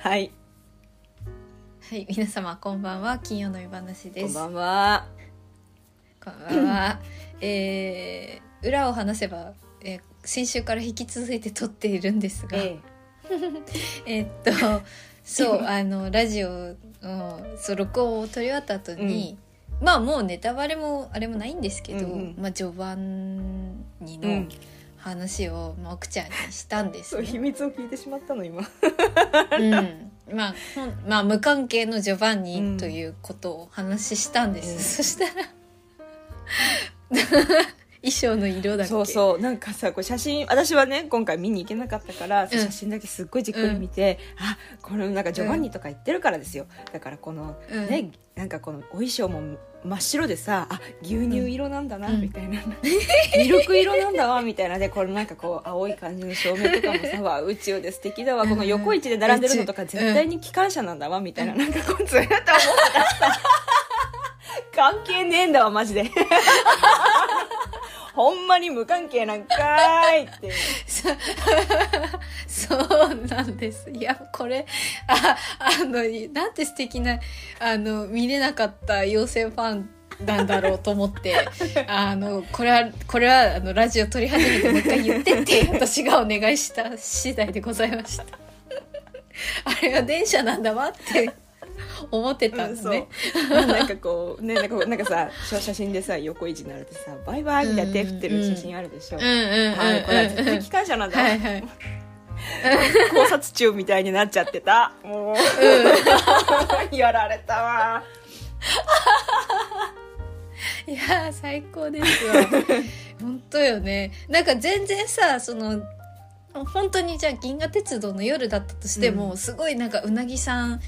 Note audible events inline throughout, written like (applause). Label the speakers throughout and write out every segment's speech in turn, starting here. Speaker 1: はい、
Speaker 2: はい、皆様こんばんは。金曜の夜話です。
Speaker 1: こんばんは。
Speaker 2: こんばんは。えー裏を話せば、えー先週から引き続いて撮っているんですが、え
Speaker 1: え
Speaker 2: ーっ
Speaker 1: (laughs)
Speaker 2: と、そう、あの、ラジオを、そう、録音を撮り終わった後に、まあもうネタバレもあれもないんですけど、
Speaker 1: うんうん
Speaker 2: まあ序盤に
Speaker 1: え、
Speaker 2: の話を、まあ、奥ちゃんにしたんです
Speaker 1: (laughs) そう
Speaker 2: ね、
Speaker 1: (laughs) 秘密を聞いてしまったの今。
Speaker 2: うん、まあ、ほんまあ無関係のジョバン
Speaker 1: うん
Speaker 2: ニということをお話ししたんです、
Speaker 1: うん
Speaker 2: そしたら (laughs) 衣装の色だっけ
Speaker 1: そうそうなんかさこう写真私はね今回見に行けなかったから、
Speaker 2: うん
Speaker 1: 写真だけすっごいじっくり見て、あこれなんかジョバンニとか言ってるからですよだからこの
Speaker 2: うん、
Speaker 1: ね、なんかこのお衣装も真っ白でさあ牛乳色なんだな、
Speaker 2: うん
Speaker 1: みたいな、 (laughs) ミルク色なんだわみたいなねこれなんかこう青い感じの照明とかもさわ宇宙で素敵だわこの横位置で並んでるのとか
Speaker 2: うん
Speaker 1: 絶対に機関車なんだわみたいな、なんかこうずっと思ってた
Speaker 2: (laughs)
Speaker 1: 関係ねえんだわマジで (laughs) ほんまに無関係なんかーいって
Speaker 2: そそうなんですいやこれああのなんて素敵なあの見れなかった妖精ファンなんだろうと思って
Speaker 1: (laughs)
Speaker 2: あのこれはこれはあのラジオ撮り始めてもう一回言ってって私がお願いした次第でございました (laughs) あれは電車なんだわって思ってたんですね、
Speaker 1: うんそうなんかこうねなんかこうなんかさ写真でさ横位置になるとさバイバイみたいな手振ってる写真あるでしょ、
Speaker 2: うんうんうんうん、うん、
Speaker 1: あこれは絶対機関車なんだ、
Speaker 2: はいはい
Speaker 1: 考察中みたいになっちゃってたもう (laughs) やられたわ
Speaker 2: いやー最高ですよ本当よねなんか全然さその本当にじゃあ銀河鉄道の夜だったとしても、
Speaker 1: うん
Speaker 2: すごいなんかうなぎさん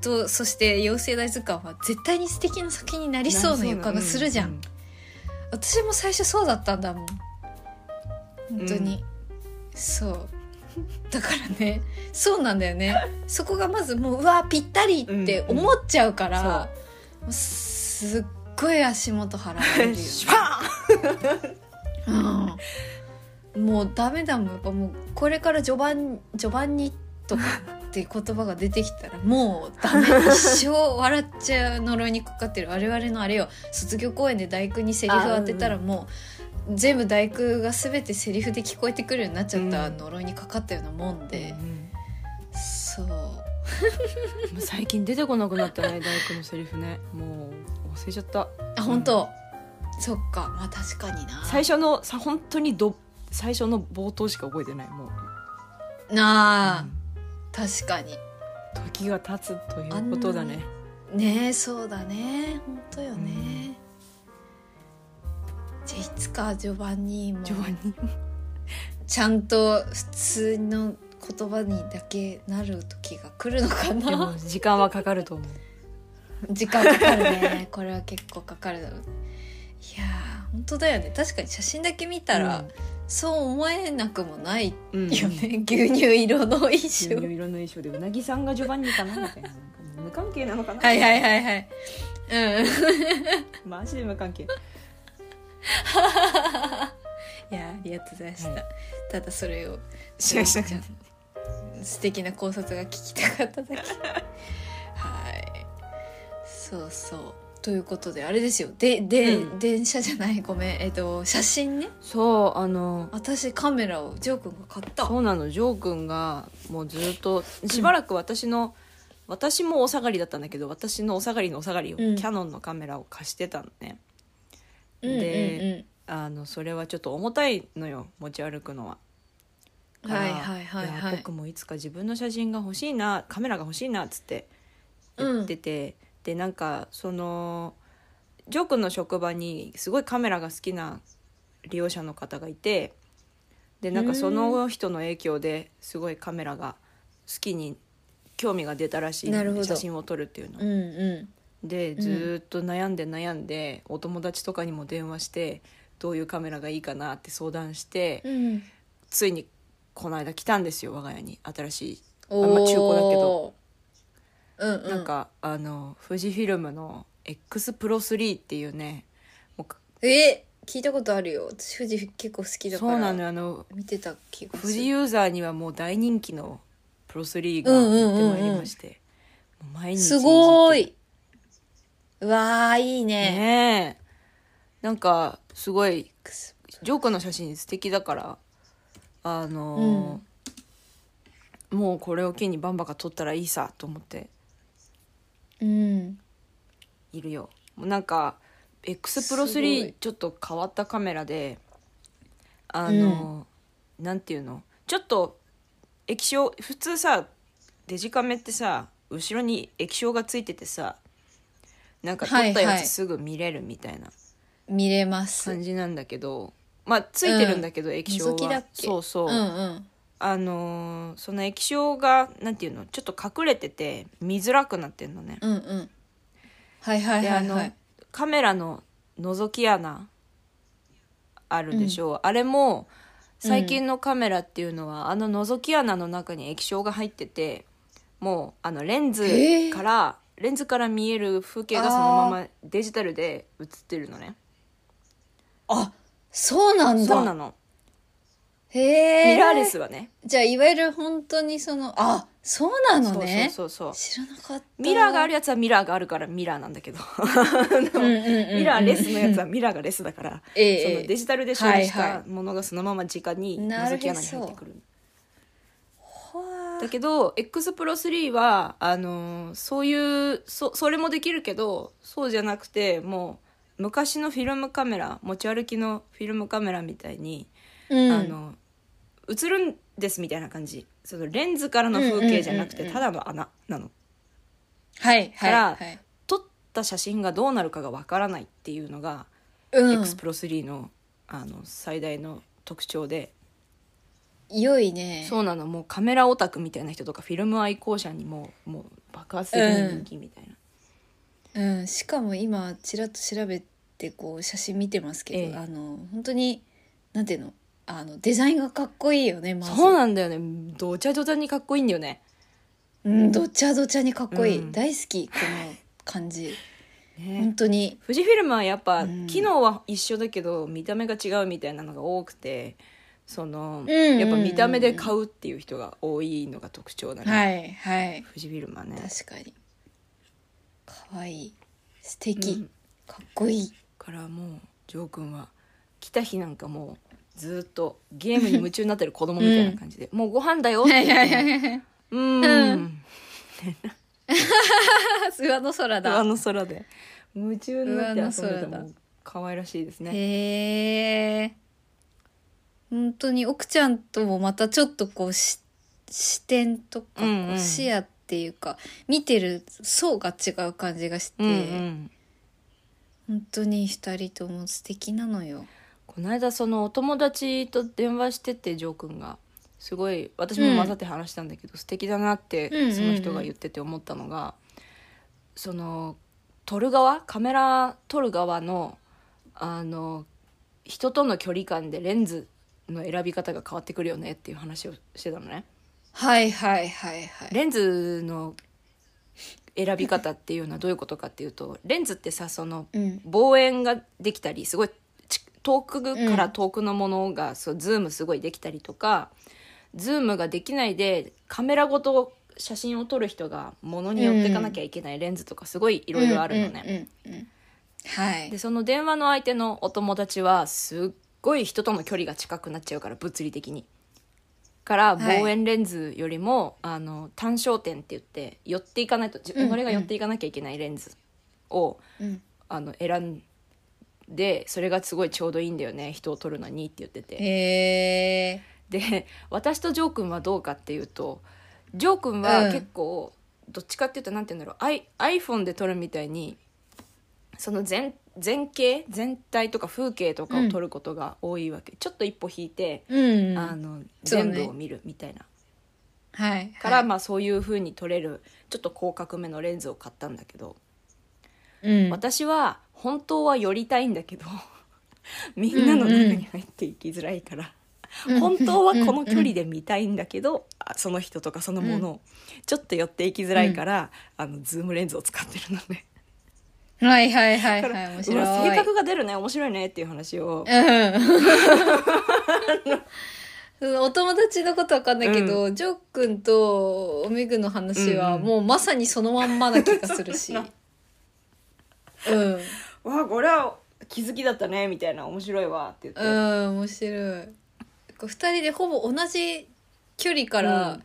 Speaker 2: とそして妖精大図鑑は絶対に素敵な作品になりそうな予感がするじゃん、
Speaker 1: う
Speaker 2: 私も最初そうだったんだもん本当に、そうだからねそうなんだよねそこがまずもううわぴったりって思っちゃうから、
Speaker 1: うんうん
Speaker 2: もうすっごい足元払われる (laughs) よね
Speaker 1: シュパ
Speaker 2: うん、もうダメだもんやっぱもうこれから序盤序盤にとかっていう言葉が出てきたらもうダメ一生笑っちゃう呪いにかかってる我々のあれよ卒業公演で大工にセリフ当てたらもう、全部大工が全てセリフで聞こえてくるようになっちゃった
Speaker 1: うん
Speaker 2: 呪いにかかったようなもん
Speaker 1: ー
Speaker 2: で
Speaker 1: ン、う
Speaker 2: そうん
Speaker 1: もう最近出てこなくなったね大工のセリフねもう忘れちゃった
Speaker 2: あ本当、そっかまあ確かにな
Speaker 1: 最初のさ本当にど最初の冒頭しか覚えてないもう
Speaker 2: なあ、
Speaker 1: うん
Speaker 2: 確かに
Speaker 1: 時が経つということだね
Speaker 2: ねえそうだね本当よね、じゃあいつか序盤にも
Speaker 1: 序盤に
Speaker 2: ちゃんと普通の言葉にだけなる時が来るのか
Speaker 1: でも
Speaker 2: な
Speaker 1: 時間はかかると思う
Speaker 2: 時間かかるねこれは結構かかるだろういやー本当だよね確かに写真だけ見たら、そう思えなくもないよ
Speaker 1: うん、うん
Speaker 2: ね、牛乳色の衣装
Speaker 1: 牛乳色の衣装でうなぎさんが序盤にかなみたいななんか無関係なのかな
Speaker 2: はいはいはいはいうん
Speaker 1: マジで無関係
Speaker 2: いやありがとうございました、
Speaker 1: はい
Speaker 2: ただそれを
Speaker 1: シェアした
Speaker 2: (laughs)
Speaker 1: かった
Speaker 2: うん素敵な考察が聞きたか (laughs) っただけはいそうそうということであれですよでで、
Speaker 1: うん
Speaker 2: 電車じゃないごめんえっと写真ね
Speaker 1: そうあの
Speaker 2: 私カメラをジョー君が買った
Speaker 1: そうなのジョー君がもうずっとしばらく私の、私もお下がりだったんだけど私のお下がりのお下がりを、
Speaker 2: うん
Speaker 1: キャノンのカメラを貸してたのね
Speaker 2: うんうん
Speaker 1: であのそれはちょっと重たいのよ持ち歩くのは。
Speaker 2: うん
Speaker 1: から
Speaker 2: はいはいはい
Speaker 1: や
Speaker 2: はい
Speaker 1: 僕もいつか自分の写真が欲しいなカメラが欲しいなっつって言ってて、でなんかそのジョー君の職場にすごいカメラが好きな利用者の方がいてでなんかその人の影響ですごいカメラが好きに興味が出たらしいの
Speaker 2: なるほど
Speaker 1: 写真を撮るっていうの
Speaker 2: うんう
Speaker 1: で
Speaker 2: ん
Speaker 1: ずーっと悩んで悩んで、お友達とかにも電話してどういうカメラがいいかなって相談して、
Speaker 2: んうん
Speaker 1: ついにこの間来たんですよ我が家に新しい
Speaker 2: お
Speaker 1: あんま中古だけ
Speaker 2: どうんうん
Speaker 1: なんか、あの富士フィルムの X プロ3っていうねもうか
Speaker 2: え聞いたことあるよ私富士結構好きだ
Speaker 1: そ
Speaker 2: から
Speaker 1: うなのよあの
Speaker 2: 見てた気がする
Speaker 1: 富士ユーザーにはもう大人気のプロスリーが
Speaker 2: うんうん
Speaker 1: 行
Speaker 2: うんうん
Speaker 1: ってまいりまして、もう毎日いじって
Speaker 2: すごーいうわーいいね
Speaker 1: ねえなんかすごい
Speaker 2: くす
Speaker 1: ジョークの写真素敵だからあのーもうこれを機にバンバが撮ったらいいさと思って
Speaker 2: うん
Speaker 1: いるよもうなんか X プロ
Speaker 2: すごい
Speaker 1: 3ちょっと変わったカメラであの、なんていうのちょっと液晶普通さデジカメってさ後ろに液晶がついててさなんか撮った
Speaker 2: はい
Speaker 1: や
Speaker 2: はい
Speaker 1: つすぐ見れるみたいな
Speaker 2: 見れます
Speaker 1: 感じなんだけど、まあついてるんだけど、液晶
Speaker 2: 覗きだ
Speaker 1: は
Speaker 2: っけ
Speaker 1: そうそう、
Speaker 2: うんうん
Speaker 1: あのーその液晶がなんていうのちょっと隠れてて見づらくなってんのね、
Speaker 2: うんうんはいはい
Speaker 1: で
Speaker 2: は
Speaker 1: あ
Speaker 2: い
Speaker 1: の
Speaker 2: はい
Speaker 1: カメラの覗き穴あるでしょう、あれも最近のカメラっていうのは、あの覗き穴の中に液晶が入っててもうあのレンズ
Speaker 2: えー
Speaker 1: から、レンズから見える風景がそのままデジタルで映ってるのね
Speaker 2: あそうなんだ
Speaker 1: そうなの、
Speaker 2: へえ
Speaker 1: ミラーレスはね
Speaker 2: じゃあいわゆる本当にそのあそうなのね
Speaker 1: そうそうそうそ
Speaker 2: 知らなかった
Speaker 1: うミラーがあるやつはミラーがあるからミラーなんだけどミ
Speaker 2: ミ
Speaker 1: ラーレスのやつはミラーがレスだから
Speaker 2: え
Speaker 1: そ
Speaker 2: え
Speaker 1: の
Speaker 2: え
Speaker 1: デジタルで処理し
Speaker 2: はいは
Speaker 1: たものがそのまま直に覗き穴に入ってくる
Speaker 2: はあ
Speaker 1: だけど X プロ3はあのーそういうそそれもできるけどそうじゃなくてもう昔のフィルムカメラ持ち歩きのフィルムカメラみたいに、
Speaker 2: うん
Speaker 1: あの映るんですみたいな感じそのレンズからの風景じゃなくて
Speaker 2: うんうん
Speaker 1: た
Speaker 2: う
Speaker 1: だの穴なの
Speaker 2: はいは
Speaker 1: か
Speaker 2: い
Speaker 1: ら
Speaker 2: はい
Speaker 1: 撮った写真がどうなるかがわからないっていうのが、
Speaker 2: う
Speaker 1: X プロ3のあの最大の特徴で。
Speaker 2: ん良いね
Speaker 1: そうなのもうカメラオタクみたいな人とかフィルム愛好者にももう爆発的に人気みたいな、
Speaker 2: うん、しかも今ちらっと調べてこう写真見てますけど、
Speaker 1: ええ
Speaker 2: あの本当になんていうのあのデザインがかっこいいよねまず
Speaker 1: そうなんだよねどちゃどちゃにかっこいいんだよね
Speaker 2: うん、どちゃどちゃにかっこいい、
Speaker 1: うん
Speaker 2: 大好きこの感じ本
Speaker 1: ね
Speaker 2: 当に
Speaker 1: 富士フィルムはやっぱ、
Speaker 2: うん
Speaker 1: 機能は一緒だけど見た目が違うみたいなのが多くてその、
Speaker 2: んうんうん
Speaker 1: やっぱ見た目で買うっていう人が多いのが特徴だね、
Speaker 2: はいはい
Speaker 1: 富士フィルムはね
Speaker 2: 確かにかわいい素敵、
Speaker 1: うん
Speaker 2: かっこいい
Speaker 1: からもうジョー君は来た日なんかもうずっとゲームに夢中になってる子供みたいな感じで「もうご飯
Speaker 2: (laughs)
Speaker 1: だよ」って言っても「うーん」
Speaker 2: 上の空
Speaker 1: あ
Speaker 2: だ
Speaker 1: の空で夢中になって遊ん
Speaker 2: う
Speaker 1: で
Speaker 2: わあの
Speaker 1: た
Speaker 2: 空だ
Speaker 1: もん可愛らしいですね
Speaker 2: へえ本当に奥ちゃんともまたちょっとこうし視点とかこう
Speaker 1: うんうん
Speaker 2: 視野っていうか、見てる層が違う感じがして、
Speaker 1: うんうん
Speaker 2: 本当に二人とも素敵なのよ。
Speaker 1: この間そのお友達と電話しててジョー君がすごい私も混ざって話したんだけど、素敵だなって
Speaker 2: うんうんうん
Speaker 1: その人が言ってて思ったのが、その撮る側カメラ撮る側のあの人との距離感でレンズの選び方が変わってくるよねっていう話をしてたのね。
Speaker 2: はいはいはいはい。
Speaker 1: レンズの選び方っていうのはどういうことかっていうとレンズってさその
Speaker 2: うん
Speaker 1: 望遠ができたりすごいち遠くから遠くのものが、そうズームすごいできたりとかズームができないでカメラごと写真を撮る人がものによっていかなきゃいけないレンズとかすごいい
Speaker 2: い
Speaker 1: ろいろあるのね。。
Speaker 2: うんうんうんはい。
Speaker 1: でその電話の相手のお友達はすっごい人との距離が近くなっちゃうから物理的にから
Speaker 2: はい
Speaker 1: 望遠レンズよりも、あの単焦点って言って寄っていかないと自
Speaker 2: うんうん
Speaker 1: 己が寄っていかなきゃいけないレンズを、
Speaker 2: うん
Speaker 1: あの選んでそれがすごいちょうどいいんだよね人を撮るのにって言ってて
Speaker 2: へえ。
Speaker 1: で私とジョー君はどうかっていうとジョー君は結構、どっちかっていうとなんて言うんだろうアイ iPhone で撮るみたいにその全全景全体とか風景とかを撮ることが多いわけ、ちょっと一歩引いて、
Speaker 2: うん。
Speaker 1: あの
Speaker 2: そう
Speaker 1: 全
Speaker 2: ね
Speaker 1: 部を見るみたいな、
Speaker 2: はい。
Speaker 1: から、
Speaker 2: はい
Speaker 1: まあそういう風に撮れるちょっと広角目のレンズを買ったんだけど、
Speaker 2: うん
Speaker 1: 私は本当は寄りたいんだ
Speaker 2: (laughs)
Speaker 1: けどみんなの中に入っていきづらいから。本当はこの距離で見たいんだけど、あその人とかそのものをちょっと寄っていきづらいから、あのズームレンズを使ってるのね。
Speaker 2: はいはいはい
Speaker 1: だか
Speaker 2: はい
Speaker 1: ら
Speaker 2: 面
Speaker 1: うわ
Speaker 2: 白い
Speaker 1: 性格が出るね面白いねっていう話を
Speaker 2: うんうん (laughs) お友達のことわかんないけど、ジョー君とおめぐの話は
Speaker 1: うんうん
Speaker 2: もうまさにそのまんまな気がする
Speaker 1: (laughs)
Speaker 2: し。
Speaker 1: そう
Speaker 2: うん。
Speaker 1: わあこれは気づきだったねみたいな面白いわって言って、
Speaker 2: うん、面白い。こう二人でほぼ同じ距離から、
Speaker 1: うん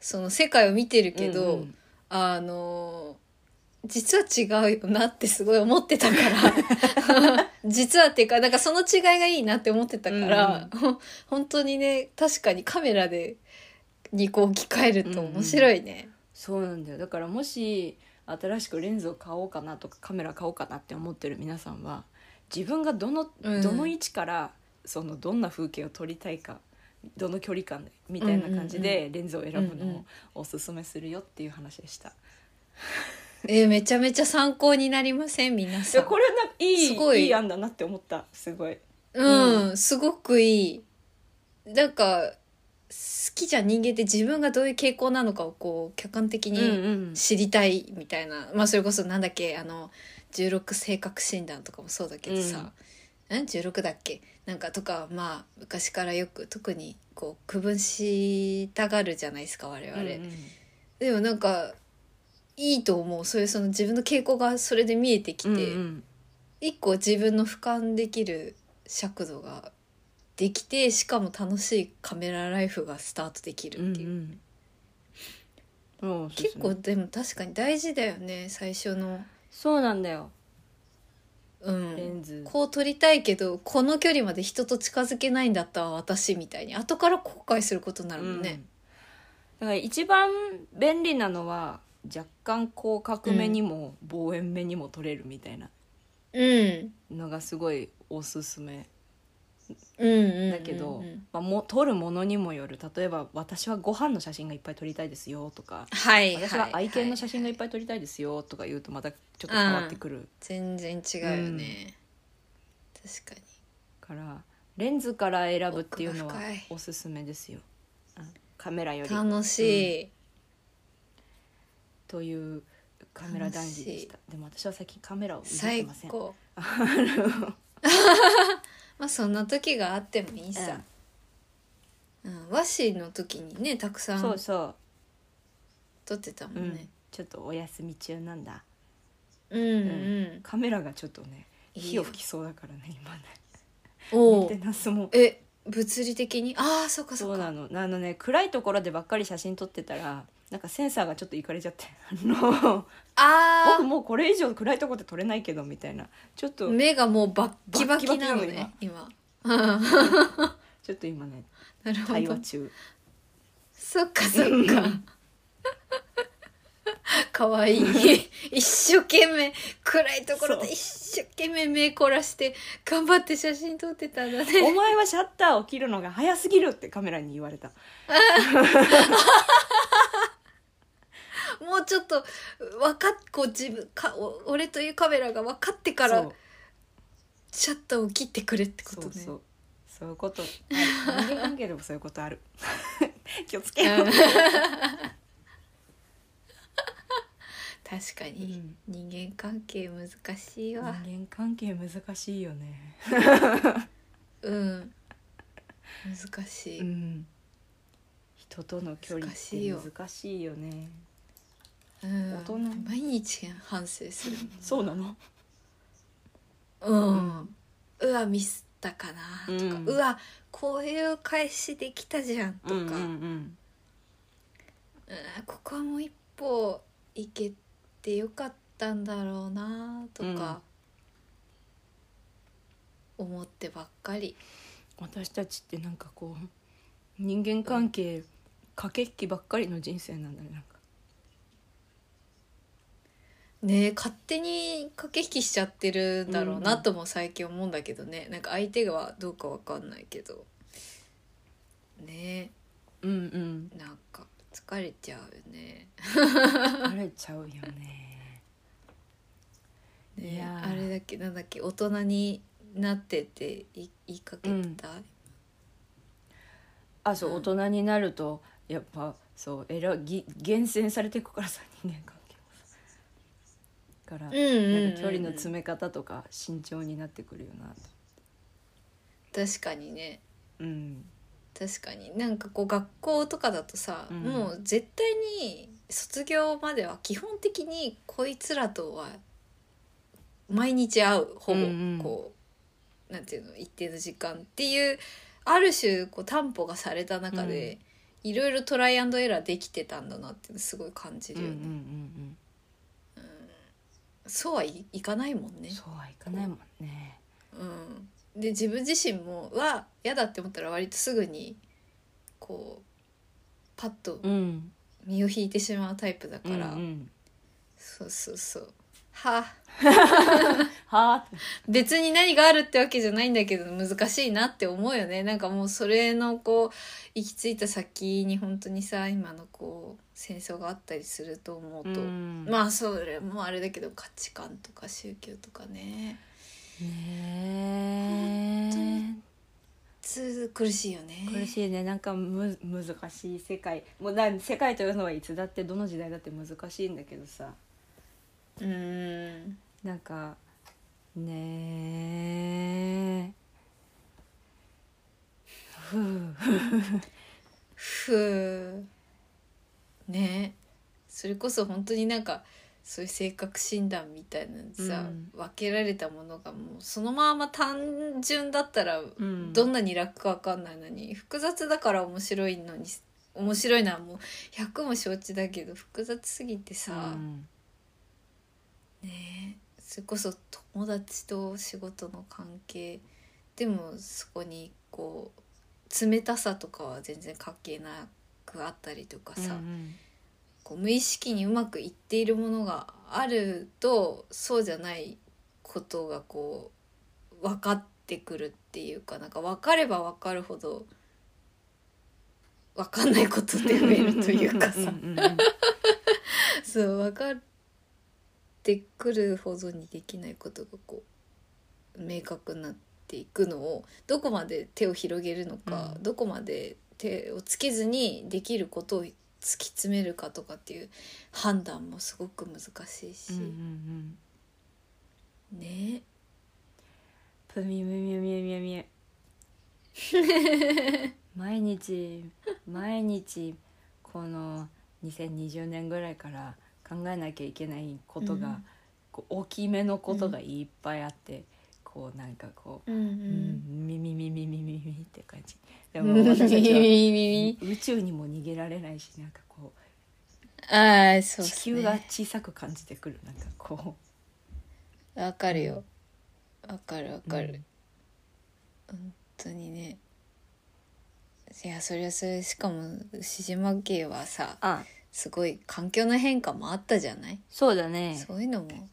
Speaker 2: その世界を見てるけど、
Speaker 1: うんうん
Speaker 2: あのー実は違うよなってすごい思ってたから (laughs) 実はっていうかなんかその違いがいいなって思ってたから、本当にね確かにカメラでにこう置き換えると面白いね。
Speaker 1: そうなんだよだからもし新しくレンズを買おうかなとかカメラ買おうかなって思ってる皆さんは自分がどの、
Speaker 2: うん
Speaker 1: どの位置からそのどんな風景を撮りたいかどの距離感でみたいな感じでレンズを選ぶ
Speaker 2: うんう
Speaker 1: の
Speaker 2: ん
Speaker 1: をおすすめするよっていう話でした。
Speaker 2: えーめちゃめちゃ参考になりません皆
Speaker 1: い
Speaker 2: さ
Speaker 1: や
Speaker 2: ん。
Speaker 1: これないい
Speaker 2: すごい
Speaker 1: いい案だなって思ったすごい。
Speaker 2: うん、すごくいい。なんか好きじゃん人間って自分がどういう傾向なのかをこう客観的に、
Speaker 1: うん
Speaker 2: 知りたいみたいな、まあ、それこそなんだっけあの16性格診断とかもそうだけどさ、うん、16だっけなんかとかまあ昔からよく特にこう区分したがるじゃないですか我々、
Speaker 1: うんうん
Speaker 2: でもなんかいいと思うそういうその自分の傾向がそれで見えてきて、
Speaker 1: うんうん
Speaker 2: 一個自分の俯瞰できる尺度ができてしかも楽しいカメラライフがスタートできるっていう。
Speaker 1: うんうんそうそう
Speaker 2: 結
Speaker 1: そう
Speaker 2: 構でも確かに大事だよね最初の
Speaker 1: そうなんだよ
Speaker 2: うん
Speaker 1: レンズ
Speaker 2: こう撮りたいけどこの距離まで人と近づけないんだったわ私みたいに後から後悔することになるもん
Speaker 1: う
Speaker 2: ね
Speaker 1: ん、だから一番便利なのは若干広角目にも望遠目にも取れるみたいな
Speaker 2: うん、うん
Speaker 1: のがすごいおすすめ、
Speaker 2: うんうん
Speaker 1: だけど
Speaker 2: うん
Speaker 1: まあ、も撮るものにもよる例えば私はご飯の写真がいっぱい撮りたいですよとか
Speaker 2: はい
Speaker 1: 私は愛犬の
Speaker 2: 真
Speaker 1: 写真がいっぱい撮りたいですよとか言うとまたちょっと変わってくる
Speaker 2: 全然違うよね、確かに
Speaker 1: からレンズから選ぶっていうの
Speaker 2: 奥
Speaker 1: は
Speaker 2: が深い
Speaker 1: おすすめですよあカメラより
Speaker 2: 楽しい、
Speaker 1: というカメラ男子でしたでも私は最近カメラを持って
Speaker 2: 最
Speaker 1: ません
Speaker 2: 高 (laughs) まあそんな時があってもいいさ、うん和紙の時にねたくさ
Speaker 1: そ
Speaker 2: ん
Speaker 1: うそう
Speaker 2: 撮ってたも
Speaker 1: うんん、
Speaker 2: ね
Speaker 1: ちょっとお休み中なんだ
Speaker 2: うんうん、
Speaker 1: カメラがちょっとね
Speaker 2: いいよ
Speaker 1: 火を吹きそうだからね今ね
Speaker 2: お
Speaker 1: メン
Speaker 2: お
Speaker 1: テナンスも
Speaker 2: え物理的にああそっかそっ
Speaker 1: そう
Speaker 2: か
Speaker 1: なのあのね暗いところでばっかり写真撮ってたらなんかセンサーがちょっといかれち
Speaker 2: (laughs)
Speaker 1: ゃってあの
Speaker 2: あ
Speaker 1: 僕もうこれ以上暗いところで撮れないけどみたいなちょっ
Speaker 2: あ
Speaker 1: と
Speaker 2: 目がもうバッキバキなの
Speaker 1: バッキバ
Speaker 2: ね今
Speaker 1: ちょっと今ね
Speaker 2: なるほ
Speaker 1: 対話
Speaker 2: ど
Speaker 1: 中
Speaker 2: そっかそっか (laughs) かわいい
Speaker 1: (laughs)
Speaker 2: 一生懸命暗いところで
Speaker 1: そう
Speaker 2: 一生懸命目凝らして頑張って写真撮ってたんだ
Speaker 1: 「お
Speaker 2: ね
Speaker 1: 前はシャッターを切るのが早すぎる」ってカメラに言われた
Speaker 2: もうちょっと分かっこう自分かお俺というカメラが分かってからシャッターを切ってくれってこ
Speaker 1: そ
Speaker 2: と
Speaker 1: う
Speaker 2: ね
Speaker 1: そうそうそういうことある人間関係でもそういうこと
Speaker 2: (laughs)
Speaker 1: ある気をつけよ (laughs) う、
Speaker 2: 確か
Speaker 1: う
Speaker 2: に、
Speaker 1: ん
Speaker 2: 人間関係難しいわ
Speaker 1: 人間関係難しいよね
Speaker 2: うん難しい、
Speaker 1: うん人との距離っ
Speaker 2: 難しい
Speaker 1: て
Speaker 2: よ
Speaker 1: 難しいよね
Speaker 2: うん
Speaker 1: 大人
Speaker 2: 毎日反省する
Speaker 1: そうなの
Speaker 2: うん、うわミスったかなとか、う
Speaker 1: うん
Speaker 2: わこういう返しできたじゃんとか、
Speaker 1: とか、
Speaker 2: う
Speaker 1: うんんうん
Speaker 2: ここはもう一歩行けてよかったんだろうなとか、思ってばっかり
Speaker 1: 私たちってなんかこう人間関係駆け引きばっかりの人生なんだねなんか
Speaker 2: ねえ勝手に駆け引きしちゃってるんだろうなとも最近思うんだけどね、なんか相手がどうかわかんないけどね
Speaker 1: うん (laughs) うん
Speaker 2: えなんか疲れちゃうよね。
Speaker 1: 疲れちゃうよね
Speaker 2: ね
Speaker 1: いやー
Speaker 2: あれだっけなんだっけ大人になってって言い言いかけてた、
Speaker 1: あそううん大人になるとやっぱそうえらぎ厳選されていくからさ人間関係もさから、
Speaker 2: うんうんうん
Speaker 1: なんか距離の詰め方とか慎重になってくるよなと
Speaker 2: 確かにね
Speaker 1: うん
Speaker 2: 確かになんかこう学校とかだとさ、
Speaker 1: うん
Speaker 2: もう絶対に卒業までは基本的にこいつらとは毎日会うほぼ、
Speaker 1: うんうん
Speaker 2: こうなんていうの一定の時間っていうある種こう担保がされた中で、いろいろトライアンドエラーできてたんだなっていうのすごい感じ
Speaker 1: うん
Speaker 2: る
Speaker 1: うん
Speaker 2: よ
Speaker 1: う
Speaker 2: ね、
Speaker 1: ん
Speaker 2: そうはい、いかないもん
Speaker 1: う
Speaker 2: ね
Speaker 1: ん。そうはいかないもんね
Speaker 2: うん、で自分自身もは嫌だって思ったら割とすぐにこうパッと
Speaker 1: うん
Speaker 2: 身を引いてしまうタイプだ
Speaker 1: う
Speaker 2: か
Speaker 1: んう
Speaker 2: ら、
Speaker 1: ん
Speaker 2: そうそうそうはあ
Speaker 1: はあ
Speaker 2: 別に何があるってわけじゃないんだけど難しいなって思うよねなんかもうそれのこう行き着いた先に本当にさ今のこう戦争があったりすると思うと、
Speaker 1: うん
Speaker 2: まあそれもあれだけど価値観とか宗教とかね
Speaker 1: ね
Speaker 2: つ苦しいよね
Speaker 1: え苦しいねなんかむ難しい世界もうな世界というのはいつだってどの時代だって難しいんだけどさ
Speaker 2: うん
Speaker 1: なんかねえふう
Speaker 2: ふうねそれこそ本当になんかそういう性格診断みたいなのさ、
Speaker 1: うん
Speaker 2: 分けられたものがもうそのまま単純だったら
Speaker 1: うん
Speaker 2: どんなに楽か分かんないのに、複雑だから面白いのに面白いのはもう100も承知だけど複雑すぎてさ、
Speaker 1: うん
Speaker 2: ねそれこそ友達と仕事の関係でもそこにこう冷たさとかは全然関係なくあったりとかさ、
Speaker 1: うん
Speaker 2: こう無意識にうまくいっているものがあるとそうじゃないことがこう分かってくるっていうかなんか分かれば分かるほど分かんないことって増えるというかさ
Speaker 1: んんうん
Speaker 2: そう分かってくるほどにできないことがこう明確になっていくのをどこまで手を広げるのか、
Speaker 1: うん
Speaker 2: どこまで手をつけずにできることを突き詰めるかとかっていう判断もすごく難しいし、
Speaker 1: うんうんうん
Speaker 2: ね
Speaker 1: ぷみみみみみみみ毎日毎日この2020年ぐらいから考えなきゃいけないことが、
Speaker 2: うん
Speaker 1: こう大きめのことがいっぱいあって、こうなんかこ
Speaker 2: うんう
Speaker 1: う、
Speaker 2: ん
Speaker 1: うん、みみみみみみみって感じで
Speaker 2: うんう
Speaker 1: も
Speaker 2: (laughs) ん
Speaker 1: 私たちは
Speaker 2: 耳
Speaker 1: 宇宙にも逃げられないしなんかこ
Speaker 2: (laughs) ああ
Speaker 1: う
Speaker 2: そうっ
Speaker 1: 地
Speaker 2: す
Speaker 1: 球が
Speaker 2: ね
Speaker 1: 小さく感じてくるなんかこ
Speaker 2: わかるよわかるわ
Speaker 1: う
Speaker 2: かる、
Speaker 1: うん
Speaker 2: 本当にねいやそりゃそれしかも牛島家はさ
Speaker 1: あ
Speaker 2: すごい環境の変化もあったじゃない、
Speaker 1: そうだね
Speaker 2: そういうのも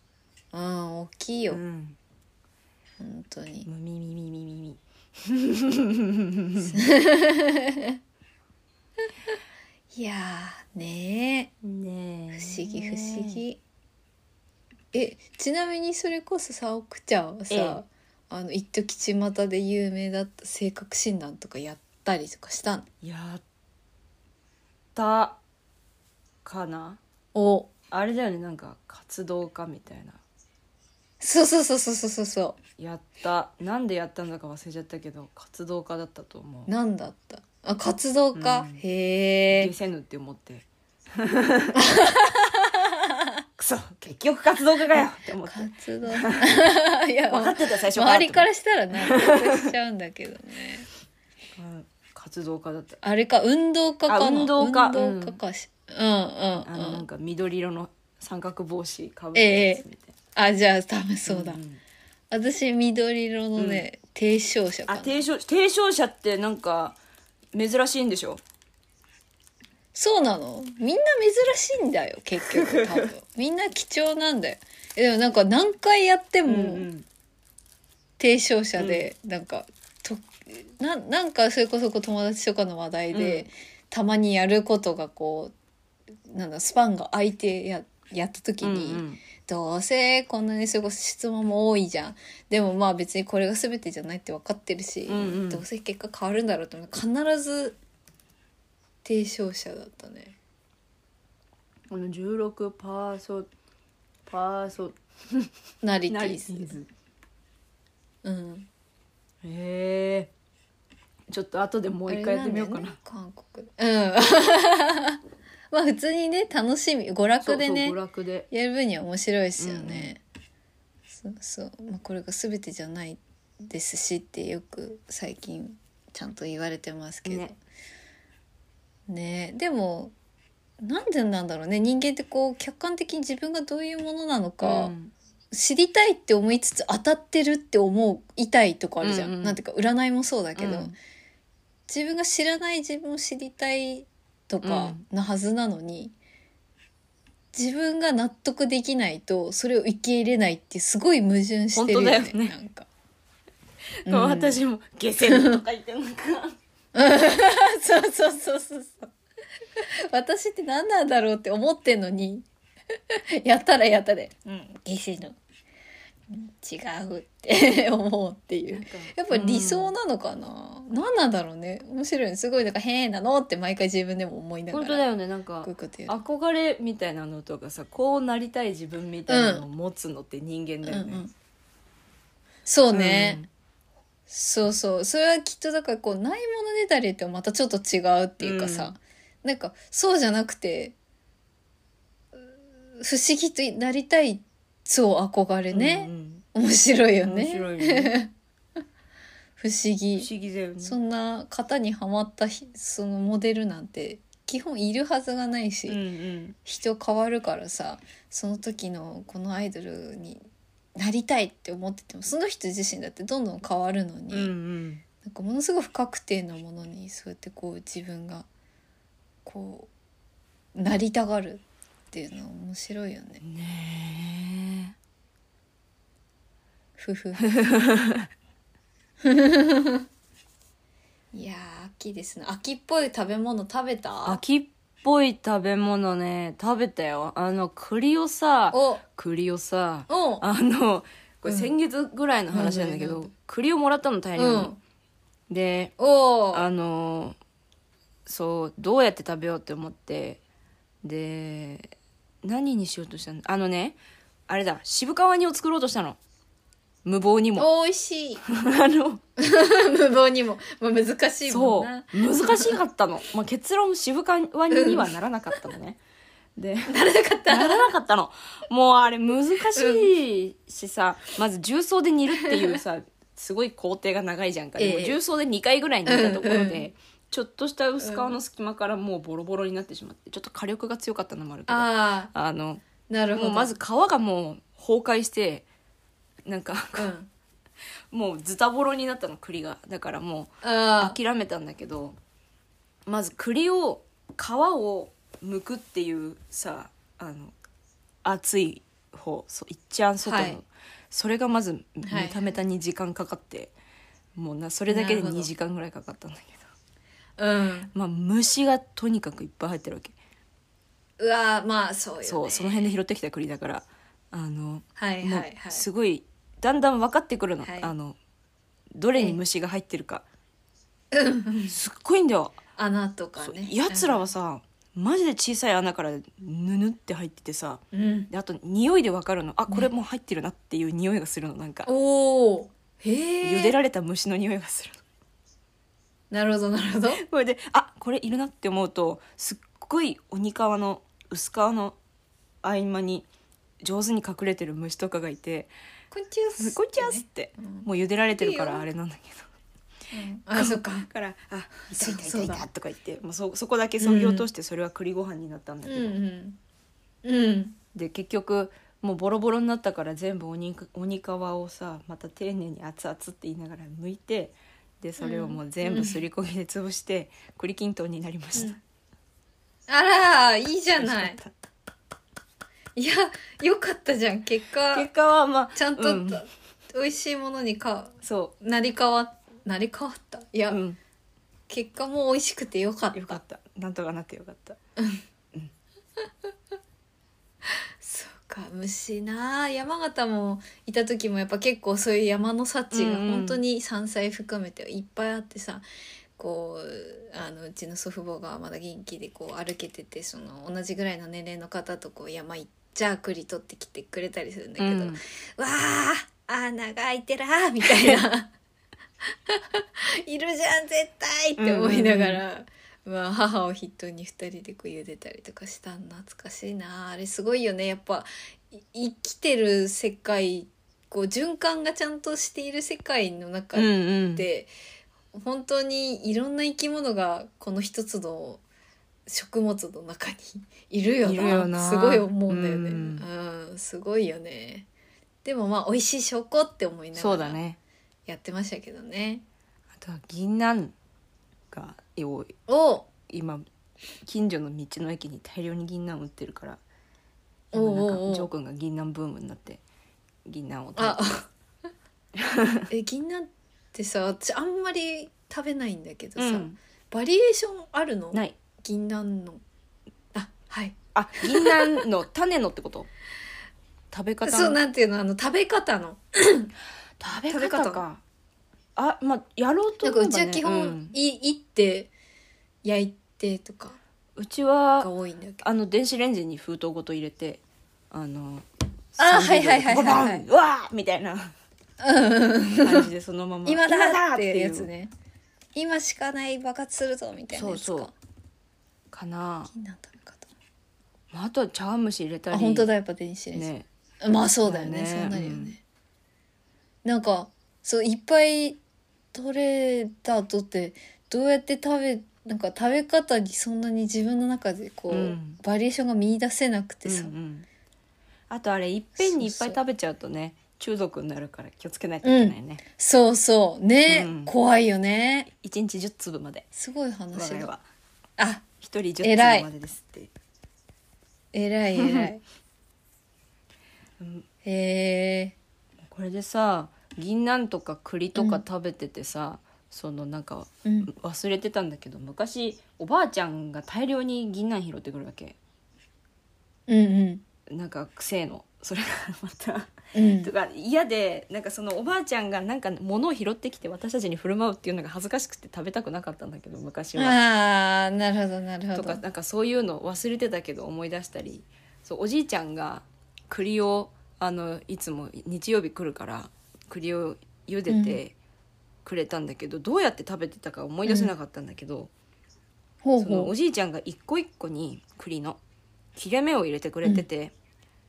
Speaker 2: うん大きいよ、
Speaker 1: うん
Speaker 2: 本当に
Speaker 1: むみみみみみみ
Speaker 2: いやーね
Speaker 1: ね
Speaker 2: え
Speaker 1: え
Speaker 2: 不思議不思議、えちなみにそれこそさ奥ちゃんはさ、
Speaker 1: ええ
Speaker 2: あの一時巷で有名だった性格診断とかやったりとかしたの
Speaker 1: やったかな
Speaker 2: お
Speaker 1: あれだよねなんか活動家みたいな
Speaker 2: そうそうそうそうそうそ
Speaker 1: やったなんでやったんだか忘れちゃったけど活動家だったと思
Speaker 2: う
Speaker 1: う
Speaker 2: なんだったあ活動家、
Speaker 1: うん
Speaker 2: へえ
Speaker 1: 消せぬって思って (laughs) くそ結局活動家かよって思って
Speaker 2: 活動 (laughs) いや
Speaker 1: 分かってた最初から
Speaker 2: 周りからしたら
Speaker 1: (laughs)
Speaker 2: ね納得しちゃうんだけどね
Speaker 1: うん活動家だった
Speaker 2: あれか運動家かな
Speaker 1: あ運動家
Speaker 2: 運動家かし、うん、うんうん
Speaker 1: あのなんか緑色の三角帽子かぶっ
Speaker 2: ええ
Speaker 1: てやつみたい
Speaker 2: あじゃあ多分そうだ、
Speaker 1: な、ん
Speaker 2: 私緑色のね、提唱者か
Speaker 1: あ
Speaker 2: な
Speaker 1: 提唱提唱者ってなんか珍しいんでしょ
Speaker 2: そうなのみんな珍しいんだよ結局
Speaker 1: (laughs)
Speaker 2: 多分みんな貴重なんだよえでもなんか何回やっても、提唱者で、なんかとななんかそれこそこう友達とかの話題で、
Speaker 1: うん
Speaker 2: たまにやることがこうなんだスパンが空いてややった時に、
Speaker 1: うん
Speaker 2: どうせこんなにそれこそ質問も多いじゃんでもまあ別にこれが全てじゃないって分かってるし、
Speaker 1: うんうん
Speaker 2: どうせ結果変わるんだろうと思って必ず提唱者だったね。
Speaker 1: この16パーソパーソ
Speaker 2: ナリテ
Speaker 1: ナ
Speaker 2: ィ
Speaker 1: リ
Speaker 2: ーズ
Speaker 1: ティーズ
Speaker 2: うん、
Speaker 1: へえちょっと後でもう一回やってみようかな。
Speaker 2: あれんだよね (laughs) 韓国。うん。まあ普通にね、楽しみ、娯楽でね、
Speaker 1: そうそう娯楽で
Speaker 2: やる分には面白いですよね。そうそう。まあこれが全てじゃないですしってよく最近ちゃんと言われてますけど。ね
Speaker 1: ね
Speaker 2: でも、なんでなんだろうね。人間ってこう、客観的に自分がどういうものなのか、
Speaker 1: うん
Speaker 2: 知りたいって思いつつ当たってるって思う痛いとこあるじゃん、
Speaker 1: うんうん
Speaker 2: なんていうか占いもそうだけど、
Speaker 1: うん
Speaker 2: 自分が知らない自分を知りたいとかなはずなのに、自分が納得できないとそれを受け入れないってすごい矛盾してるよね
Speaker 1: 本当だよね
Speaker 2: なんか。 (laughs)
Speaker 1: こう私も「下世話」とか言ってなんか
Speaker 2: そうそうそうそうそう。 (laughs) 私って何なんだろうって思ってんのに、 (laughs) やったらやったで、うん、下世の。うん違うって (laughs) 思うっていう。 (laughs) やっぱ理想
Speaker 1: の
Speaker 2: なのかな、何なんだろうね。面白いね。すごい、なんか変なのって毎回自分でも思いながら。
Speaker 1: 本当だよねなんか
Speaker 2: こういうこと言う。
Speaker 1: 憧れみたいなのとかさこうなりたい自分みたいなのを持つのって人間だよ
Speaker 2: うんう
Speaker 1: ね
Speaker 2: ん。そうね。そうそうそれはきっとだからこうないものねだりとまたちょっと違うっていうかさ、なんかそうじゃなくてうー不思議となりたいそう憧れ
Speaker 1: うんう
Speaker 2: ね、
Speaker 1: ん
Speaker 2: 面白いよ
Speaker 1: 面
Speaker 2: ね
Speaker 1: 白いよ
Speaker 2: (laughs)
Speaker 1: ね
Speaker 2: 不思
Speaker 1: 不
Speaker 2: 議
Speaker 1: 思議だよね
Speaker 2: そんな型にはまったひそのモデルなんて基本いるはずがないし、
Speaker 1: うんうん
Speaker 2: 人変わるからさその時のこのアイドルになりたいって思っててもその人自身だってどんどん変わるのに。
Speaker 1: うんうん
Speaker 2: なんかものすごい不確定なものにそうやってこう自分がこうなりたがるっていうのは面白いよね。
Speaker 1: ね
Speaker 2: ふふ。いやー秋ですね。秋っぽい食べ物食べ
Speaker 1: え
Speaker 2: た？
Speaker 1: 秋っぽい食べ物ね食べたよあの栗をさ
Speaker 2: お
Speaker 1: 栗をさ
Speaker 2: お
Speaker 1: あのこれ
Speaker 2: うん
Speaker 1: 先月ぐらいの話なんだけど、
Speaker 2: なんだなんだ
Speaker 1: 栗をもらったの大
Speaker 2: う
Speaker 1: 量に、
Speaker 2: ん
Speaker 1: で
Speaker 2: お
Speaker 1: あのそうどうやって食べようって思ってで何にしようとしたのあのねあれだ渋皮煮を作ろうとしたの無謀にも
Speaker 2: お美味しい。
Speaker 1: (laughs)
Speaker 2: (laughs)
Speaker 1: あの
Speaker 2: 無謀にもまあ難しいも
Speaker 1: そ
Speaker 2: ん
Speaker 1: う
Speaker 2: な。
Speaker 1: 難しかったの、まあ、結論渋皮煮にはならなかったの
Speaker 2: (laughs)
Speaker 1: ねで
Speaker 2: ならなかった。
Speaker 1: ならなかったのもうあれ難しいしさ、まず重曹で煮るってい
Speaker 2: (laughs)
Speaker 1: うさすごい工程が長いじゃんか、で
Speaker 2: ええ
Speaker 1: も重曹で2回ぐらい煮たところで、
Speaker 2: うんうん
Speaker 1: ちょっとした薄皮の隙間からもうボロボロになってしまってちょっと火力が強かったのもあるけどあ
Speaker 2: あ
Speaker 1: の
Speaker 2: ーなるほ
Speaker 1: も
Speaker 2: ど。
Speaker 1: うまず皮がもう崩壊してなんか
Speaker 2: うん。
Speaker 1: もうズタボロになったの栗がだからもう
Speaker 2: あ
Speaker 1: 諦めたんだけどまず栗を皮を剥くっていうさあの熱い方そう一番外の、
Speaker 2: はい
Speaker 1: それがまずめ
Speaker 2: はい
Speaker 1: ためたに時間かかって、もうなそれだけで
Speaker 2: なるほど
Speaker 1: 2時間ぐらいかかったんだけど
Speaker 2: あうん。
Speaker 1: まあ虫がとにかくいっぱい入ってるわけ
Speaker 2: うわーまあそうよ、ね。
Speaker 1: そうその辺で拾ってきた栗だからあの、
Speaker 2: はい
Speaker 1: も
Speaker 2: は
Speaker 1: う
Speaker 2: いはい。
Speaker 1: すごいだんだん分かってくるの,、
Speaker 2: はい
Speaker 1: あのどれに虫が入ってるか、すっごいんだよ
Speaker 2: 穴とかね。
Speaker 1: やつらはさマジで小さい穴からぬぬって入っててさ
Speaker 2: うん。
Speaker 1: であと匂いでわかるのあこれもう入ってるなっていう匂いがするのなんか、
Speaker 2: おお。へえ。
Speaker 1: 茹でられた虫の匂いがする
Speaker 2: なるほどなるほど。
Speaker 1: の (laughs) これであこれいるなって思うとすっごい鬼皮の薄皮の合間に上手に隠れてる虫とかがいて
Speaker 2: こんちゃ
Speaker 1: 「
Speaker 2: す。
Speaker 1: こんちゃっす」って
Speaker 2: うん。
Speaker 1: もう茹でられてるから
Speaker 2: いいよ
Speaker 1: あれなんだけど。
Speaker 2: うんあそっか。
Speaker 1: だから「あ痛
Speaker 2: そ
Speaker 1: いう痛
Speaker 2: そ
Speaker 1: いう痛
Speaker 2: だ
Speaker 1: い痛い」とか言ってもうそそこだけ削ぎ落としてそれは栗ご飯になったんだ
Speaker 2: う
Speaker 1: け
Speaker 2: ん
Speaker 1: ど、
Speaker 2: うん。うん。
Speaker 1: で結局もうボロボロになったから全部鬼か鬼皮をさまた丁寧に熱々って言いながら剥いてでそれをもう全部すりこぎで潰して、栗きんとんになりました。
Speaker 2: あらーいいじゃ
Speaker 1: 美味し
Speaker 2: な
Speaker 1: かっ
Speaker 2: い。
Speaker 1: た
Speaker 2: いやよかったじゃん結果
Speaker 1: 結果はまあ
Speaker 2: ちゃんと、
Speaker 1: うん
Speaker 2: 美味しいものにか
Speaker 1: そ、
Speaker 2: なり変わなり変わった。いうや、
Speaker 1: うん、
Speaker 2: 結果も美味しくてよかった。
Speaker 1: よかったなんとかなってよかった
Speaker 2: そうか虫なあ山形もいた時もやっぱ結構そういう山の幸が
Speaker 1: うんうん
Speaker 2: 本当に山菜含めていっぱいあってさ、こうあのうちの祖父母がまだ元気でこう歩けててその同じぐらいの年齢の方とこう山行っちゃ栗取ってきてくれたりするんだけど、
Speaker 1: うん
Speaker 2: わああー長いてらーみたいな (laughs) いるじゃん絶対って思いながら、まあ、母を筆頭に2人でこう茹でたりとかしたん懐かしいなあれすごいよねやっぱい生きてる世界こう循環がちゃんとしている世界の中
Speaker 1: うんうん
Speaker 2: で、本当にいろんな生き物がこの一つの食物の中にいるよない
Speaker 1: るよな
Speaker 2: すごい思うんだよね、う
Speaker 1: うん
Speaker 2: すごいよねでもまあ美味しい証拠って思いな
Speaker 1: そう
Speaker 2: が
Speaker 1: だ
Speaker 2: ら
Speaker 1: ね
Speaker 2: やってましたけどね
Speaker 1: あとは銀杏がよい
Speaker 2: お
Speaker 1: 今近所の道の駅に大量に銀杏売ってるから今
Speaker 2: おう
Speaker 1: なん
Speaker 2: おうおう
Speaker 1: かジョー君が銀杏ブームになって銀杏を食べて
Speaker 2: あ (laughs) え銀杏ってさ私あんまり食べないんだけどさ、
Speaker 1: うん
Speaker 2: バリエーションあるの
Speaker 1: ない
Speaker 2: 銀杏のあはい
Speaker 1: あ銀杏の種のってこと食べ方の
Speaker 2: そうなんていうのあの食べ方の
Speaker 1: 食べ
Speaker 2: 食べ
Speaker 1: 方
Speaker 2: 方
Speaker 1: かあまあやろうと
Speaker 2: なん
Speaker 1: 思
Speaker 2: か
Speaker 1: えば、
Speaker 2: う
Speaker 1: ね、
Speaker 2: ちは基本、
Speaker 1: うん
Speaker 2: いいって焼いてとか
Speaker 1: うち
Speaker 2: が
Speaker 1: は
Speaker 2: 多いんだけど
Speaker 1: あの電子レンジに封筒ごと入れてあの
Speaker 2: あ
Speaker 1: 30
Speaker 2: はいはいはい
Speaker 1: 秒で
Speaker 2: はいはい
Speaker 1: ボボンうわーみたいな感じでそのまま
Speaker 2: 今だっ
Speaker 1: い
Speaker 2: て
Speaker 1: う
Speaker 2: やつね今しかない爆発するぞみたいなやつか
Speaker 1: そうそうかな、
Speaker 2: 銀杏食べ方
Speaker 1: まあ、あとは茶碗蒸し入れた
Speaker 2: あ
Speaker 1: り
Speaker 2: 本当だやっぱ電子レンジ、
Speaker 1: ね
Speaker 2: まあそうだよね
Speaker 1: だよね
Speaker 2: そうなるよね、なんかそういっぱい取れた後ってどうやって食べなんか食べ方にそんなに自分の中でこう、
Speaker 1: うん
Speaker 2: バリエーションが見出せなくてさ、
Speaker 1: うんうんあとあれいっぺんにいっぱい食べちゃうとね中毒になるから気をつけないといけないね、
Speaker 2: そうそうね、
Speaker 1: うん
Speaker 2: 怖いよね
Speaker 1: 一1日10粒まです
Speaker 2: ごい
Speaker 1: 我
Speaker 2: 話
Speaker 1: が家
Speaker 2: だ
Speaker 1: は
Speaker 2: あ
Speaker 1: 1人10
Speaker 2: 偉い
Speaker 1: 粒までですって
Speaker 2: 偉
Speaker 1: (laughs)
Speaker 2: い偉い
Speaker 1: うん
Speaker 2: へえ
Speaker 1: これでさ銀杏とか栗とか食べててさ、そのなんか
Speaker 2: うん
Speaker 1: 忘れてたんだけど昔おばあちゃんが大量に銀杏拾ってくるわけ
Speaker 2: うん
Speaker 1: なんか癖のそれがまた
Speaker 2: うんうん
Speaker 1: とか嫌でなんかそのおばあちゃんがなんか物を拾ってきて私たちに振る舞うっていうのが恥ずかしくて食べたくなかったんだけど昔は。
Speaker 2: ああなるほどなるほど
Speaker 1: とかなんかそういうの忘れてたけど思い出したりそうおじいちゃんが栗をあのいつも日曜日来るから栗を茹でてくれたんだけど、どうやって食べてたか思い出せなかったんだけど、
Speaker 2: ほう
Speaker 1: そのお
Speaker 2: ほ
Speaker 1: じいちゃんが一個一個に栗の切れ目を入れてくれてて、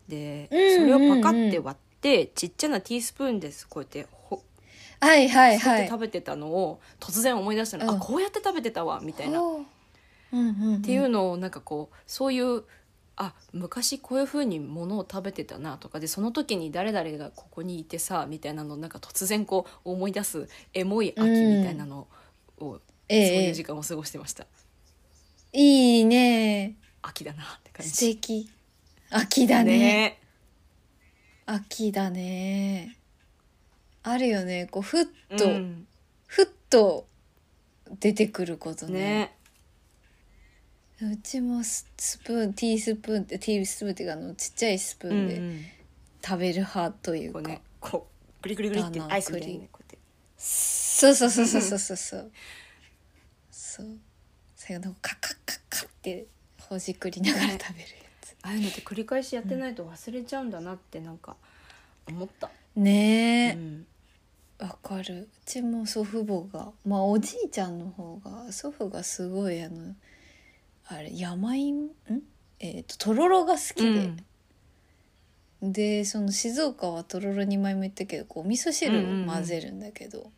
Speaker 1: でそ
Speaker 2: うん
Speaker 1: れをパカって割ってちっちゃなティースプーンですこうやってほ
Speaker 2: うはいはい
Speaker 1: そうや
Speaker 2: は
Speaker 1: って
Speaker 2: い
Speaker 1: 食べてたのを突然思い出したの、
Speaker 2: うん
Speaker 1: あこうやって食べてたわみたいな
Speaker 2: ほううんうんうん、っ
Speaker 1: っていうのをなんかこうそういうあ昔こういう風にものを食べてたなとかでその時に誰々がここにいてさみたいなのをなんか突然こう思い出すエモい秋みたいなのを、
Speaker 2: え
Speaker 1: そう
Speaker 2: え
Speaker 1: いう時間を過ごしてました
Speaker 2: いいね
Speaker 1: 秋だなって感
Speaker 2: 素
Speaker 1: じ
Speaker 2: 敵秋だね
Speaker 1: ね
Speaker 2: 秋だねあるよねこうふっと、
Speaker 1: うん
Speaker 2: ふっと出てくることね
Speaker 1: ね
Speaker 2: うちもススプーンティースプーンってティースプーンっていうかあのちっちゃいスプ
Speaker 1: う
Speaker 2: ーン
Speaker 1: ん
Speaker 2: で
Speaker 1: うん
Speaker 2: 食べる派という
Speaker 1: こ
Speaker 2: か、
Speaker 1: うねこうグリグリグリって
Speaker 2: だな
Speaker 1: アイスみたいなねこうやって
Speaker 2: そうそうそうそうそうそうそうそう最後のカッカッカッカッってほじくりながら食べるやつ
Speaker 1: ああいうのって繰り返しやってないと忘れちゃうんだなってなんか思った、
Speaker 2: ねえ、
Speaker 1: うん
Speaker 2: わかるうちも祖父母がまあおじいちゃんの方が祖父がすごいあのあれ山芋んえっ、ととろろが好きで、でその静岡はとろろに前も言ったけどこうお味噌汁を混ぜるんだけど、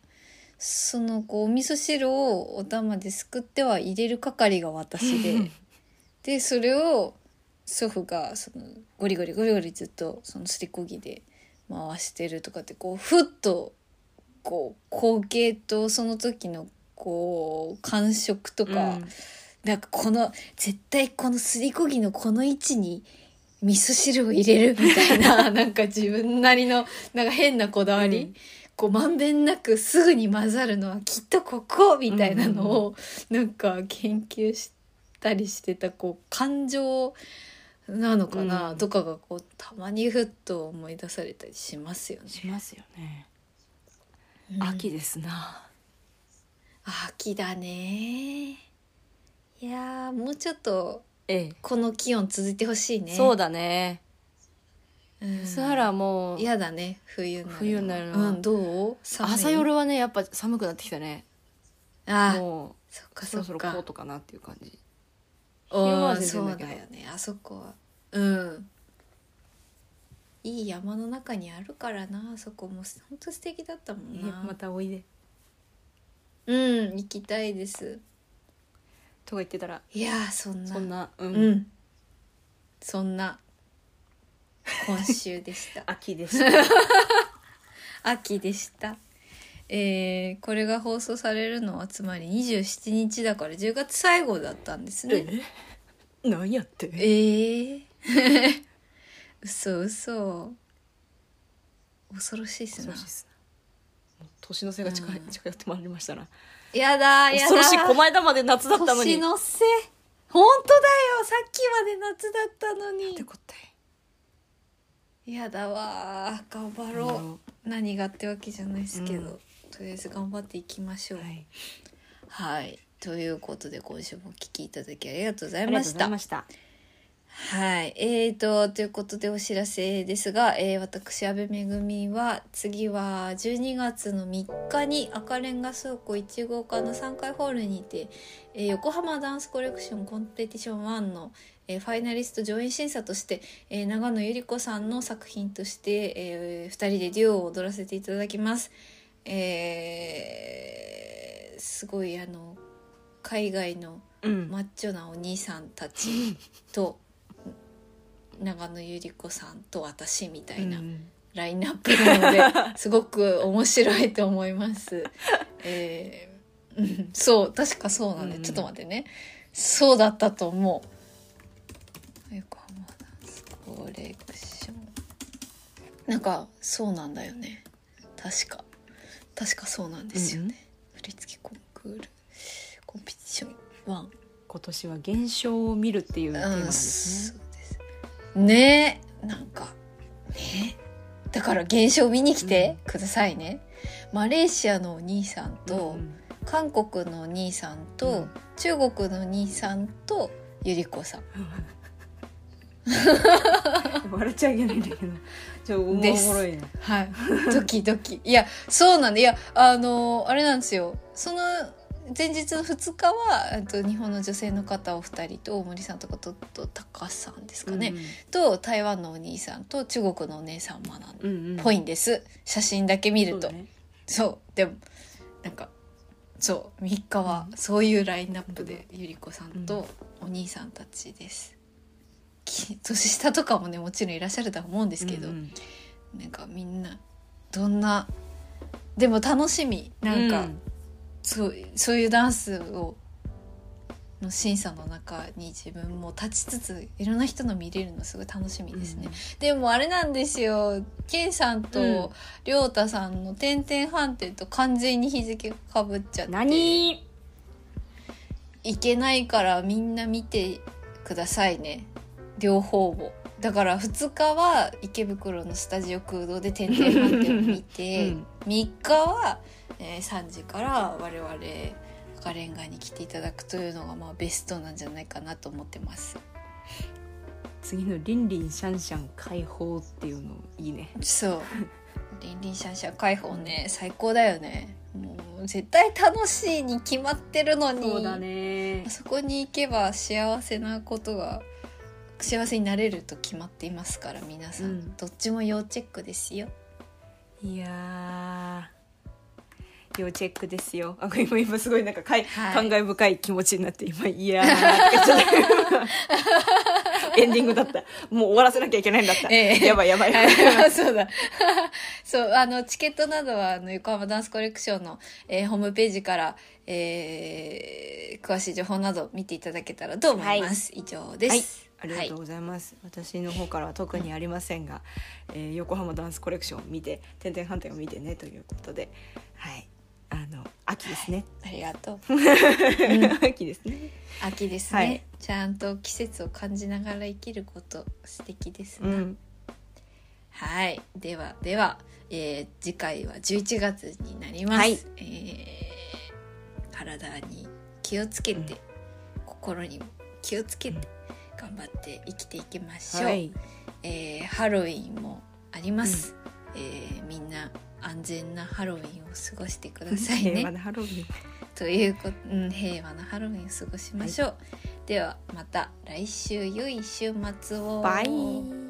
Speaker 2: そのこうお味噌汁をお玉ですくっては入れる係が私 (laughs) ででそれを祖父がそのゴリゴリゴリゴリずっとそのすりこぎで回してるとかってこうふっとこう光景とその時のこう感触とか、
Speaker 1: うん
Speaker 2: なんかこの絶対このすりこぎのこの位置に味噌汁を入れるみたい (laughs) ななんか自分なりのなんか変なこだわり、
Speaker 1: うん
Speaker 2: こうまんべんなくすぐに混ざるのはきっとここみたいなのをなんか研究したりしてたこう感情なのかな、
Speaker 1: うん
Speaker 2: とかがこうたまにふっと思い出されたりしますよね。
Speaker 1: しますよね、
Speaker 2: うん
Speaker 1: 秋ですな
Speaker 2: 秋だねいやーもうちょっと
Speaker 1: え
Speaker 2: この気温続いてほしい
Speaker 1: え、
Speaker 2: ね
Speaker 1: そうだね。須原はもう
Speaker 2: 嫌だね冬になるの
Speaker 1: 冬になるの
Speaker 2: うんどう寒い
Speaker 1: 朝夜はねやっぱ寒くなってきたね
Speaker 2: ああ
Speaker 1: も
Speaker 2: そっ
Speaker 1: う
Speaker 2: か
Speaker 1: そ
Speaker 2: そ
Speaker 1: ろ
Speaker 2: っ
Speaker 1: そろコ
Speaker 2: か
Speaker 1: ートかなっていう感じ
Speaker 2: うん
Speaker 1: 昼間は全然
Speaker 2: そ
Speaker 1: だ
Speaker 2: う
Speaker 1: けど
Speaker 2: だよねあそこはうんいい山の中にあるからなあそこも本当素敵だったもんな、
Speaker 1: たおいで
Speaker 2: うん行きたいです
Speaker 1: とか言ってたら
Speaker 2: いやーそんな
Speaker 1: そんなう、
Speaker 2: うんんそん
Speaker 1: (laughs)
Speaker 2: な今週でした
Speaker 1: 秋でした
Speaker 2: 秋でしたえー、これが放送されるのはつまり27日だから10月最後だったんですね
Speaker 1: (laughs) 何やって
Speaker 2: えー、嘘嘘恐ろしいっすな
Speaker 1: 恐ろしいっすなもう年の瀬が近い、
Speaker 2: うん
Speaker 1: 近寄ってまいりましたな
Speaker 2: やだやだ
Speaker 1: 恐ろしいこの間まで夏だったのに
Speaker 2: 年の瀬本当だよさっきまで夏だったの
Speaker 1: って
Speaker 2: に
Speaker 1: こったい
Speaker 2: やだわー頑張ろう
Speaker 1: は
Speaker 2: 何がってわけじゃないですけど、
Speaker 1: うん
Speaker 2: とりあえず頑張っていきましょうはい、
Speaker 1: い
Speaker 2: ということで今週もお聞きいただきありがとうござ
Speaker 1: あ
Speaker 2: い
Speaker 1: りが
Speaker 2: ま
Speaker 1: とう
Speaker 2: し
Speaker 1: ござ
Speaker 2: た
Speaker 1: いました
Speaker 2: はいえーとということでお知らせですが、えー私阿部めぐみは次は12月の3日に赤レンガ倉庫1号館の3階ホールにて、えー横浜ダンスコレクションコンペティション1の、えーファイナリスト上演審査として、えー長野ゆり子さんの作品として、え2人でデュオを踊らせていただきます。えーすごいあの海外の
Speaker 1: うん、
Speaker 2: マッチョなお兄さんたちと長野ゆり子さんと私みたいな
Speaker 1: うん
Speaker 2: ラインナップな
Speaker 1: (laughs)
Speaker 2: のですごく面白いと思います。えーうんそう確かそうなんで、
Speaker 1: うん
Speaker 2: ちょっと待ってねそうだったと思う。横浜ダンスコレクションなんかそうなんだよね確か確かそうなんですよね。振り付けコンクールコンペティション1
Speaker 1: 今年は現象を見るっていうテーマなんですね、
Speaker 2: うん、ねえなんかねだから現象見に来てくださいね、マレーシアのお兄さんと、
Speaker 1: うん
Speaker 2: 韓国のお兄さんと、
Speaker 1: うん
Speaker 2: 中国のお兄さんとゆりこさん
Speaker 1: 笑っちゃいけないんだけどちょっとおも
Speaker 2: です
Speaker 1: ろいな
Speaker 2: はい (laughs) ドキドキいやそうなんでいやあのあれなんですよその前日の2日はえっと日本の女性の方お二人と大森さんとかとと高橋さんですかね、と台湾のお兄さんと中国のお姉さん学んで
Speaker 1: うんうん、うんうん、
Speaker 2: ぽいんです写真だけ見る
Speaker 1: そ
Speaker 2: と
Speaker 1: うだね
Speaker 2: そうでもなんかそう3日は
Speaker 1: うん
Speaker 2: そういうラインナップでゆり子さんとお兄さんたちです、き年下とかもねもちろんいらっしゃるとは思うんですけど、
Speaker 1: うんうん
Speaker 2: なんかみんなどんなでも楽しみなんか、
Speaker 1: う
Speaker 2: そうそういうダンスをの審査の中に自分も立ちつついろんな人の見れるのすごい楽しみですね。でもあれなんですよケンさん
Speaker 1: うん
Speaker 2: と亮太さんの「点々飯店」と完全に日付がかぶっちゃっ
Speaker 1: うん
Speaker 2: て
Speaker 1: 何
Speaker 2: いけないからみんな見てくださいね両方をだから2日は池袋のスタジオ空洞で「点々飯店」を見て、
Speaker 1: うん
Speaker 2: 3日は、えー3時から我々赤レンガに来ていただくというのがまあベストなんじゃないかなと思ってます
Speaker 1: 次の「リンリンシャンシャン解放」っていうのいいね
Speaker 2: そう「リンリンシャンシャン解放ね」最高だよねもう絶対楽しいに決まってるのに
Speaker 1: ね
Speaker 2: あそこに行けば幸せなことが幸せになれると決まっていますから皆さん、
Speaker 1: うん
Speaker 2: どっちも要チェックです
Speaker 1: (laughs)
Speaker 2: よ
Speaker 1: いやー要チェックですよあ今今すごいなんかかい、
Speaker 2: はい
Speaker 1: 感慨深い気持ちになって今「いやー」って言っち
Speaker 2: (laughs)
Speaker 1: ゃったエンディングだったもう終わらせなきゃいけないんだった、
Speaker 2: ええ
Speaker 1: やばい
Speaker 2: (laughs)
Speaker 1: やばい、
Speaker 2: はいそうだそうあのチケットなどはあの横浜ダンスコレクションの、えーホームページから、えー詳しい情報など見ていただけたらと思います、以上で
Speaker 1: はい
Speaker 2: す、、
Speaker 1: ありがとうございます、私の方からは特にありませんが、えー横浜ダンスコレクションを見て「点々反転」を見てねということではいあの秋ですね、
Speaker 2: ありがとう
Speaker 1: (laughs) 秋ですね
Speaker 2: 秋ですね、
Speaker 1: はい
Speaker 2: ちゃんと季節を感じながら生きること素敵です
Speaker 1: う
Speaker 2: ね、
Speaker 1: ん
Speaker 2: はいではでは、えー次回は11月になります、
Speaker 1: はい
Speaker 2: えー体に気をつけて、心にも気をつけて、頑張って生きていきましょう、
Speaker 1: はい
Speaker 2: えーハロウィンもあります、えーみんな安全なハロウィンを過ごしてくださ
Speaker 1: (laughs)
Speaker 2: い
Speaker 1: 平和
Speaker 2: ね
Speaker 1: なハロウィン
Speaker 2: ということ、うん、平和なハロウィンを過ごしましょう、ではまた来週良い週末を
Speaker 1: バイ